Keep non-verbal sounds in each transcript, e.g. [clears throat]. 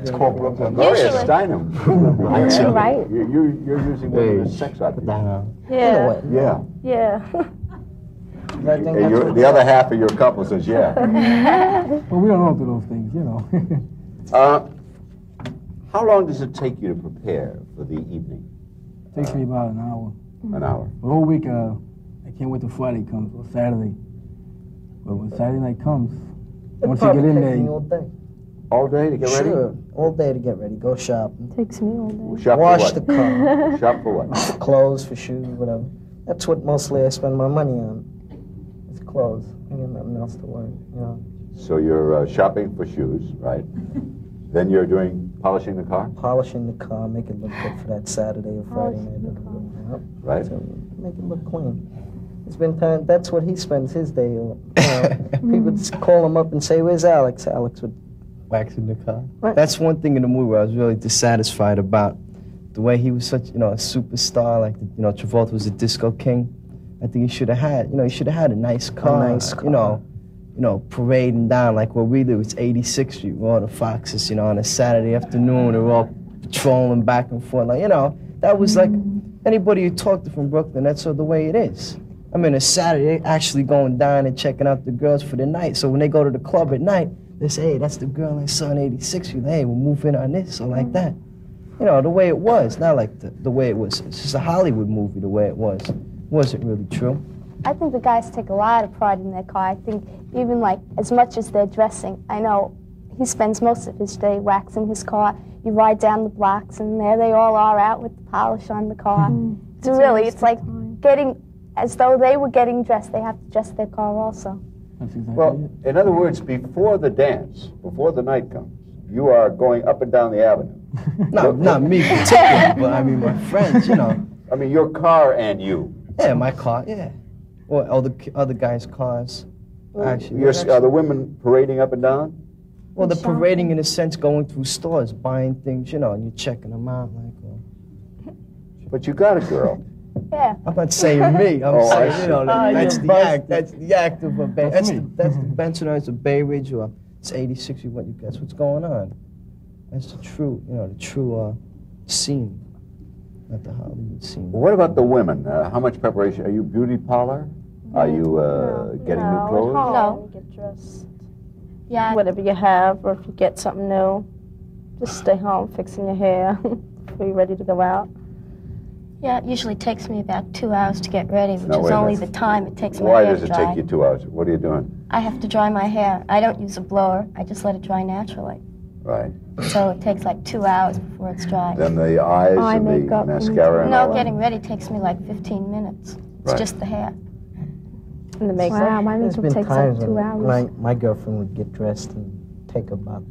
It's called Brooklyn. Gloria Usually- Steinem. You're right. You, you- you're using one of the Hey. sex ideas. Yeah, Yeah. yeah. And you're- the other half of your couple says, [laughs] yeah. Well, we don't all do those things, you know. [laughs] Uh, How long does it take you to prepare for the evening? Takes me about an hour. An hour? The whole week, uh, I can't wait till Friday comes or Saturday. But when Saturday night comes, once you get in there, all day. All day to get ready? Sure, all day to get ready. Go shopping. [laughs] Takes me all day. Shop for Wash the what? [laughs] car, Shop for what? clothes for shoes, whatever. That's what mostly I spend my money on. It's clothes. I got nothing else to wear. You know, So you're uh, shopping for shoes, right? Then you're doing, polishing the car, polishing the car, make it look good for that Saturday or Friday night. Polishing the car. Yep. right? So make it look clean. It's been time. That's what he spends his day. [laughs] on. You know, people just call him up and say, "Where's Alex?" Alex would. waxing the car. Right. That's one thing in the movie where I was really dissatisfied about the way he was such, you know, a superstar. Like, you know, Travolta was a disco king. I think he should have had, you know, he should have had a nice car, nice car. you know, you know, parading down like what we do. It's 86th Street, where all the foxes, you know, on a Saturday afternoon, they're all patrolling back and forth. Like, you know, that was like anybody you talk to from Brooklyn. That's sort of the way it is. I mean, a Saturday, they actually going down and checking out the girls for the night. So when they go to the club at night, they say, hey, that's the girl I saw in 86. You hey, we'll move in on this or Mm-hmm. like that. You know, the way it was, not like the, the way it was. It's just a Hollywood movie, the way it was. Wasn't really true. I think the guys take a lot of pride in their car. I think even like as much as they're dressing, I know he spends most of his day waxing his car. You ride down the blocks and there they all are out with the polish on the car. Mm-hmm. It's really, it's like getting as though they were getting dressed. They have to dress their car also. that's exactly Well, it. in other words, before the dance, before the night comes, you are going up and down the avenue. Not, not me particularly, but I mean my friends, you [laughs] know. I mean, your car and you. Yeah, my car, yeah. Or other, other guys' cars. Actually, You're, are the women parading up and down? Well, they're parading in a sense, going through stores, buying things, you know, and you're checking them out. Like, oh, well, But you got a girl. Yeah. I'm not saying [laughs] me. I'm Oh, I saying, see. you know, Ah, that, that's you're the busted. act. That's the act of a Bay. That's, me. the, that's the Mm-hmm. Benson or it's a Bay Ridge or it's 86. You what? you- That's what's going on. That's the true, you know, the true uh, scene, not the Hollywood scene. What about the women? Uh, how much preparation? Are you beauty parlor? Are you uh, getting new clothes? No. Get dressed. Yeah. Whatever you have, or if you get something new, just stay home fixing your hair. [laughs] Are you ready to go out? Yeah, it usually takes me about two hours to get ready, which No, wait is a only the minute. time it takes my Why hair does to it dry. take you two hours? What are you doing? I have to dry my hair. I don't use a blower. I just let it dry naturally. Right. So it takes like two hours before it's dry. Then the eyes Eye and the makeup and- mascara and all no, that. getting ready takes me like 15 minutes. It's Right. just the hair. And the makeup. Wow, my There's makeup been takes times like two when hours. my my girlfriend would get dressed and take about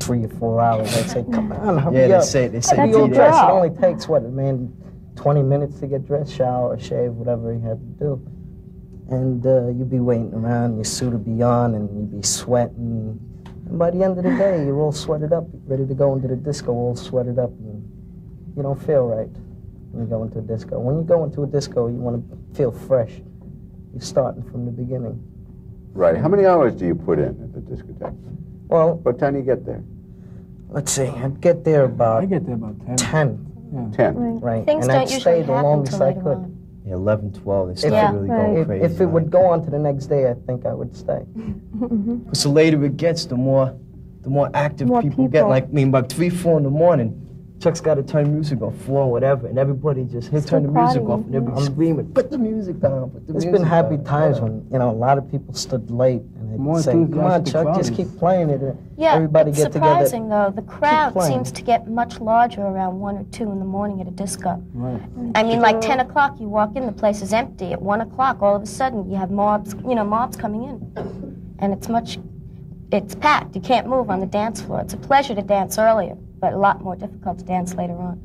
three or four hours. I'd say, "Come on, hurry Yeah, up." they say they say If you do don't dress, it that. only takes what a man, 20 minutes to get dressed, shower, shave, whatever he had to do. And uh, you'd be waiting around, your suit would be on, and you'd be sweating. And by the end of the day, you're all sweated up, ready to go into the disco, all sweated up, and you don't feel right when you go into a disco. When you go into a disco, you want to feel fresh. You're starting from the beginning. Right. How many hours do you put in at the discotheque? Well, What time do you get there? let's see, I'd get there [laughs] I about get there about 10. 10, Ten. right? Things and don't I'd usually stay the happen longest until I later could. on. Yeah, 11, 12, they start Yeah, really going If, crazy. if it like would that. go on to the next day, I think I would stay. Mm-hmm. Because the later it gets, the more the more active More people, get. people. Like I mean, by three, four in the morning, Chuck's got to turn music off, four, whatever, and everybody just he'll turn the music partying, off, and everybody screaming, "Put the music down!" Put the There's music uh, been happy down." times when you know a lot of people stood late and More they'd say, "Come on, enthusiastic Chuck, just crowds. keep [laughs] playing it." and Yeah, everybody it's get surprising though. The crowd playing. seems to get much larger around one or two in the morning at a disco. Right. I mean, like 10 o'clock, you walk in, the place is empty. At 1 o'clock, all of a sudden, you have mobs, you know, mobs coming in. And it's much, it's packed. You can't move on the dance floor. It's a pleasure to dance earlier, but a lot more difficult to dance later on.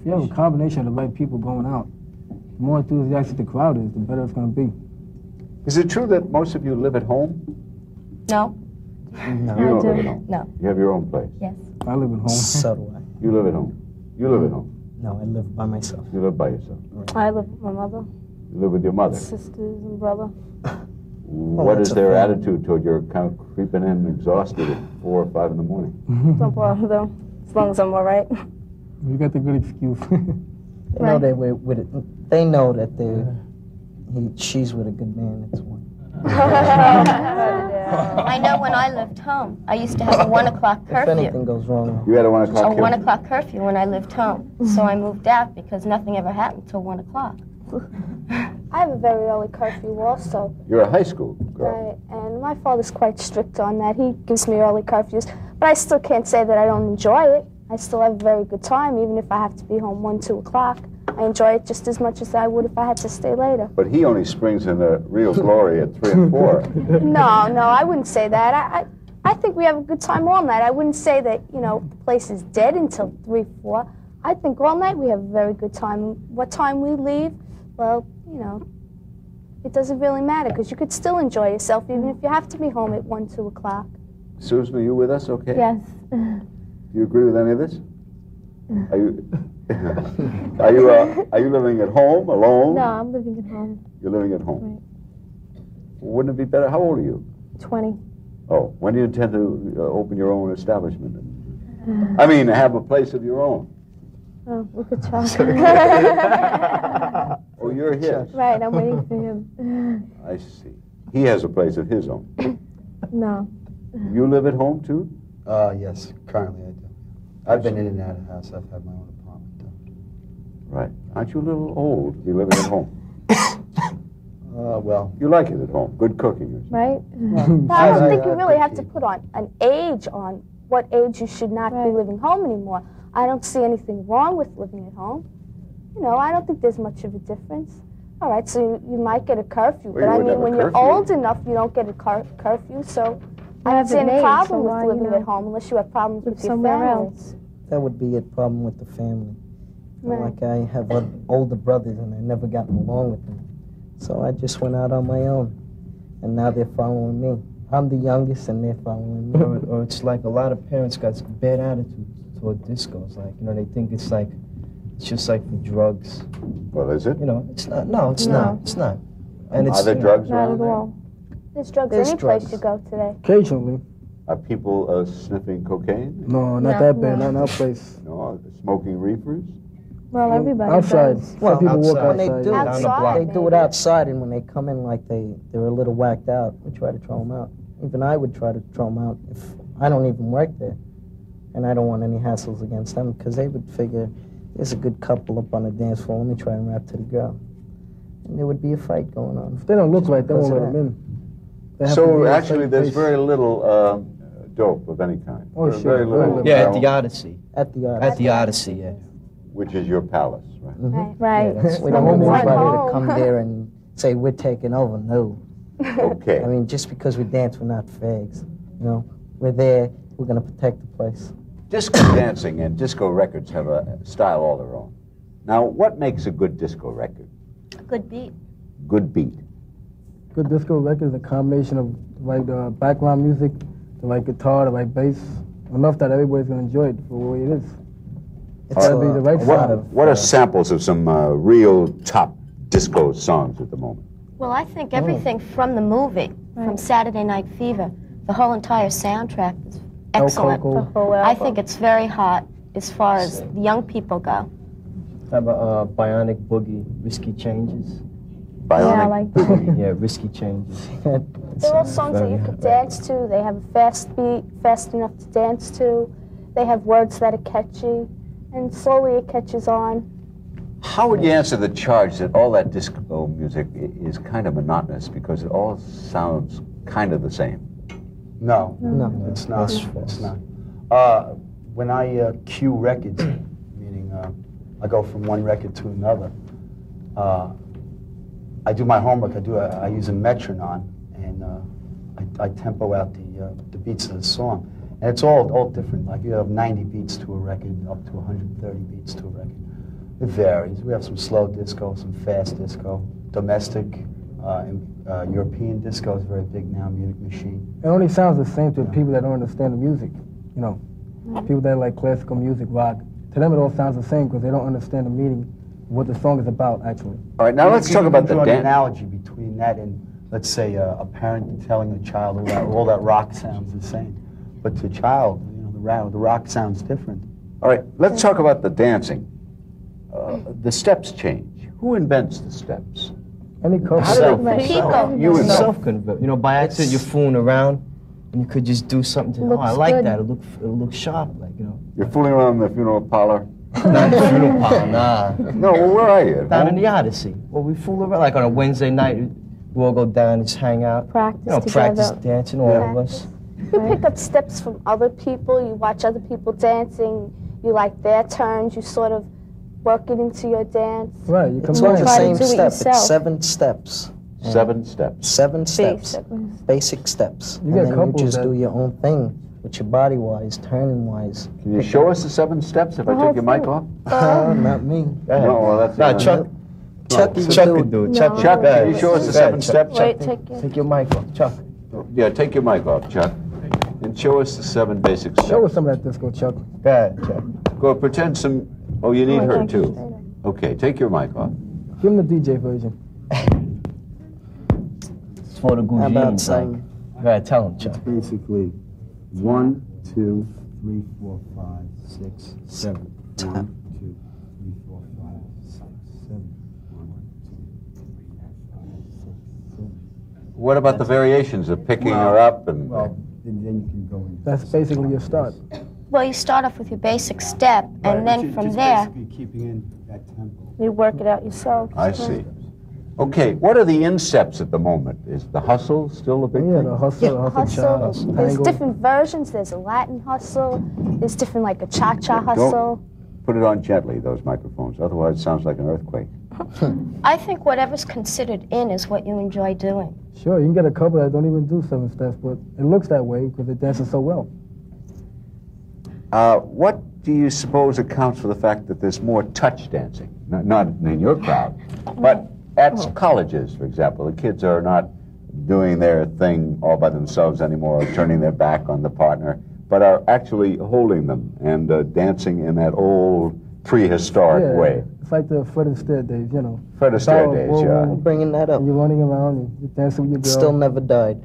If you have a combination of the right people going out, the more enthusiastic the crowd is, the better it's going to be. Is it true that most of you live at home? No? No. You don't do. live at home. No. You have your own place. Yes. I live at home. together. So do I. You live at home. You live at home. No, I live by myself. You live by yourself. I live with my mother, You live with your mother. sisters, and brother. What that's is a their fact. attitude toward your kind of creeping in exhausted at four or five in the morning? Don't bother them, as long as I'm all right. [laughs] You got the good excuse. They know they were with it. They know that they, he, she's with a good man. It's one. I know when I lived home, I used to have a one o'clock If curfew. anything goes wrong, You had a one o'clock. A Oh, one curfew. o'clock curfew when I lived home. So I moved out because nothing ever happened till one o'clock. I have a very early curfew also, You're a high school girl. right? And my father's quite strict on that. He gives me early curfews, but I still can't say that I don't enjoy it. I still have a very good time, even if I have to be home one, two o'clock. I enjoy it just as much as I would if I had to stay later. But he only springs in the real glory at three and [laughs] four. No, no, I wouldn't say that. I, I, I think we have a good time all night. I wouldn't say that, you know, the place is dead until 3, 4. I think all night we have a very good time. What time we leave, well, you know, it doesn't really matter because you could still enjoy yourself even if you have to be home at 1, 2 o'clock. Susan, are you with us? Okay. Yes. Do you agree with any of this? Are you? [laughs] are you? Uh, are you living at home alone? No, I'm living at home. You're living at home. Wouldn't it be better? How old are you? 20. Oh, when do you intend to uh, open your own establishment? I mean, have a place of your own. Oh, we could talk. Oh, you're his. [laughs] right, I'm waiting for him. I see. He has a place of his own. No. You live at home too? Uh, yes, currently I do. I've been in and out of the house. I've had my own apartment. Though. Right. Aren't you a little old to be living at home? [coughs] Uh, well, You like it at home. Good cooking. or something. Right? But I I- don't think I you really have to appreciate put on an age on what age you should not be Right. living home anymore. I don't see anything wrong with living at home. You know, I don't think there's much of a difference. All right, so you, you might get a curfew, Well, but you I would have mean, a when you're curfew. old enough, you don't get a cur- curfew, so I Yeah, don't see but any age, problem so with why, you living know, at home unless you have problems Live with your somewhere family. else. that would be a problem with the family. Right. Like I have oth- older brothers and I never gotten along with them, so I just went out on my own, and now they're following me. I'm the youngest, and they're following me. or, or it's like a lot of parents got bad attitude toward discos. Like you know, they think it's like it's just like for drugs. Well, is it? You know, it's not. No, it's No. not. It's not. And it's Are there you know, drugs Not around at there? all. There's drugs There's any drugs. place you go today. [laughs] Occasionally. Are people uh, sniffing cocaine? No, not No. that bad. No. Not in our place. No. Are they smoking reefers? Well, everybody. Outside. does. Well, Some people walk outside. when they outside. do, Down the block. they do it maybe. outside, and when they come in, like they they're a little whacked out. We try to throw them out. Even I would try to throw them out if I don't even work there, and I don't want any hassles against them because they would figure there's a good couple up on the dance floor. Let me try and rap to the girl, and there would be a fight going on. If they don't look right, they Because won't of let them in. They have to be So in a actually, safe there's place. very little um, dope of any kind. Oh, There's sure. Very little. Right. Yeah, at marijuana, the Odyssey. At the At artist. the Odyssey. Yeah. Which is your palace, right? [laughs] Right. Right. Mm-hmm. we don't want Right. anybody to Home. come [laughs] there and say we're taking over. No. Okay. I mean, just because we dance, we're not fags. You know, we're there. We're gonna protect the place. Disco dancing and disco records have a style all their own. Now, what makes a good disco record? A good beat. Good beat. Good disco record is a combination of like the background music, the right guitar, the right bass, enough that everybody's gonna enjoy it for what it is. It's Gotta be the right a side lot of- of What are samples of some uh, real top disco songs at the moment? Well, I think everything from the movie, from Saturday Night Fever, the whole entire soundtrack is El excellent. Coco. Whole I album. think it's very hot as far as the young people go. How about uh, Bionic Boogie? Risky [laughs] Changes. Bionic. Yeah, I like that. yeah, Risky Changes. They're all songs that very you hot record. could dance to. They have a fast beat, fast enough to dance to. They have words that are catchy, and slowly it catches on. How would you answer the charge that all that disco music i- is kind of monotonous because it all sounds kind of the same? No, No. it's not. It's not. Uh, when I uh, cue records, [clears throat] meaning uh, I go from one record to another, uh, I do my homework. I do. A, I use a metronome, and uh, I, I tempo out the uh, the beats of the song, and it's all all different. Like you have 90 beats to a record, up to 130 beats to a record. It varies. We have some slow disco, some fast disco, domestic, uh, and, uh, European disco is very big now. Munich Machine. It only sounds the same to people that don't understand the music, you know. People that like classical music, rock. To them, it all sounds the same because they don't understand the meaning, of what the song is about actually. All right, now let's You talk can about the draw an dance. analogy between that and let's say, a, a parent telling a child all that, all that rock sounds the same. But to a child, you know, the, ra- the rock sounds different. All right, let's talk about the dancing. Uh, the steps change. Who invents the steps? Any coach. How did Right. it- You It's invent. self convert. You know, by accident, you're fooling around, and you could just do something to. Oh, Looks I like good. that. It look, it look sharp, like you [laughs] know. You're fooling around in the funeral parlor. Not the funeral parlor, [laughs] nah. No, well, where are you? At Down in home? the Odyssey. Well, we fool around like on a Wednesday night. We all go down, just hang out. Practice Oh, You know, together. practice dancing, all of us. You pick up steps from other people, you watch other people dancing, you like their turns, you sort of work it into your dance. Right, you come It's back. all the Try to same do it step. yourself. It's seven steps. Seven steps. Seven steps. [laughs] Basic. Oh, Basic steps. You and got then you couples just that- do your own thing with your body wise, turning wise. Can you show us the seven steps if I take your mic off? Not me. No, well, that's Nah, not- Chuck. Chuck, you Chuck do could do it. Chuck- No. Chuck, can you Yeah. show us the Yeah, seven Chuck. steps? Wait, take it. Take your mic off, Chuck. Yeah, take your mic off, Chuck, and show us the seven basic Show us steps. some of that disco, Chuck. Go ahead, Chuck. Go pretend some. Oh, you need her too. Okay, take your mic off. Give him the DJ version. It's for the How Gujinis, about like. some- Go ahead, tell him, Chuck. Basically, one, two, three, four, five, six, seven. One, two, three, four, five, six, seven. One, two, three, four, five, six, seven. What about the variations of picking her up and? Well, then, then you can go in. That's basically your start. Well, you start off with your basic step, and then from there, basically keeping in that tempo. You work it out yourself. I see. Okay, what are the insteps at the moment? Is the hustle still a big Yeah, the thing? hustle, the hustle, Hustle, child. there's Tango. different versions. There's a Latin hustle, there's different, like a cha cha hustle. Put it on gently, those microphones, otherwise it sounds like an earthquake. I think whatever's considered in is what you enjoy doing. Sure, you can get a couple that don't even do seven steps, but it looks that way because they're dancing so well. Uh, what do you suppose accounts for the fact that there's more touch dancing? Not, not in your crowd, but at colleges, for example. The kids are not doing their thing all by themselves anymore, or turning their back on the partner, but are actually holding them and uh, dancing in that old prehistoric yeah, way. it's like the Fred Astaire days, you know. Fred Astaire Bow, days, whoa, yeah. whoa. Bringing that up. You're running around, and you're dancing with your It girl. still never died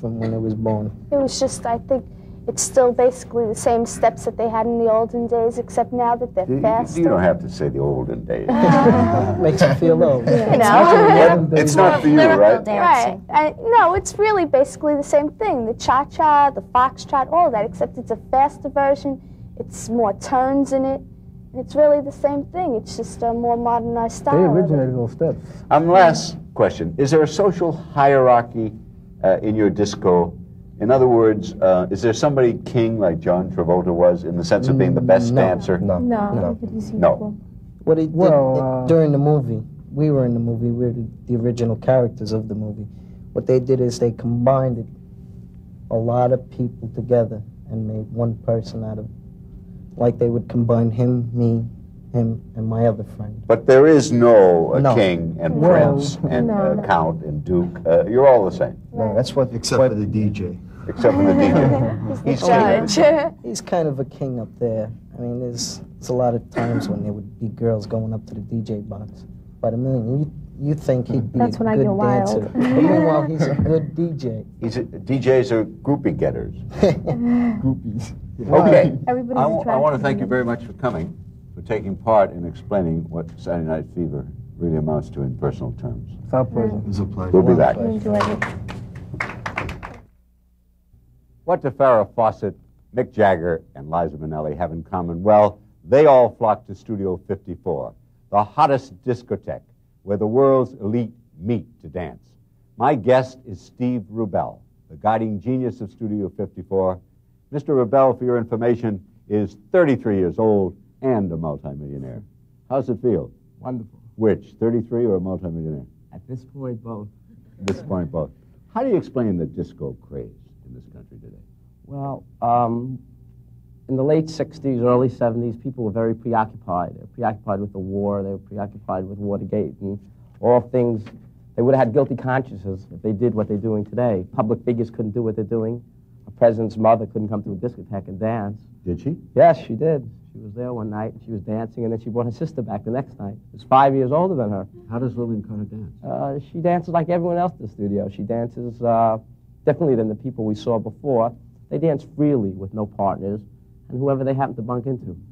from when it was born. [laughs] It was just, I think, it's still basically the same steps that they had in the olden days, except now that they're You- faster. You, you don't have to say the olden days. Makes you feel old. you know? it's not for you, Lyrical right? Right. dancing. I, no, it's really basically the same thing. The cha cha, the foxtrot, all of that, except it's a faster version. It's more turns in it. And it's really the same thing. It's just a more modernized They style. of it. originated those steps. Um, last question. Is there a social hierarchy uh, in your disco? In other words, uh, is there somebody king like John Travolta was in the sense of being the best dancer? No. No, No. everybody's No. equal. What he did Well, uh, uh, during the movie, we were in the movie, we were the, the original characters of the movie. What they did is they combined it, a lot of people together and made one person out of Like they would combine him, me, him, and my other friend. But there is no, uh, No. king and No. prince and No, uh, no. count and duke. Uh, you're all the same, No, that's what. Except for the DJ. except for the DJ. He's king of the- He's kind of a king up there. I mean, there's, there's a lot of times when there would be girls going up to the DJ box. But I mean, you you think he'd be That's a when I good get wild. [laughs] dancer. Meanwhile, he's a good DJ. He's a, DJs are groupie getters. [laughs] Groupies. [laughs] Okay. [laughs] Everybody's I wa- I attracted want to to thank you them. very much for coming, for taking part in explaining what Saturday Night Fever really amounts to in personal terms. It's our pleasure. It was a pleasure. We'll be back. You enjoy it. What do Farrah Fawcett, Mick Jagger, and Liza Minnelli have in common? Well, they all flocked to Studio 54, the hottest discotheque where the world's elite meet to dance. My guest is Steve Rubel, the guiding genius of Studio 54. Mr. Rubel, for your information, is 33 years old and a multimillionaire. How's it feel? Wonderful. Which, 33 or a multimillionaire? At this point, both. At this point, both. How do you explain the disco craze in this country today? Well, um, in the late 60s, early 70s, people were very preoccupied. They were preoccupied with the war, they were preoccupied with Watergate, and all things. They would have had guilty consciences if they did what they're doing today. Public figures couldn't do what they're doing. A president's mother couldn't come to a discotheque and dance. Did she? Yes, she did. She was was there one night, and she was dancing, and then she brought her sister back the next night. Who's five years older than her. How does Lillian Carter dance? Uh, she dances like everyone else in the studio. She dances uh, differently than the people we saw before. They dance freely with no partners and whoever they happen to bunk into.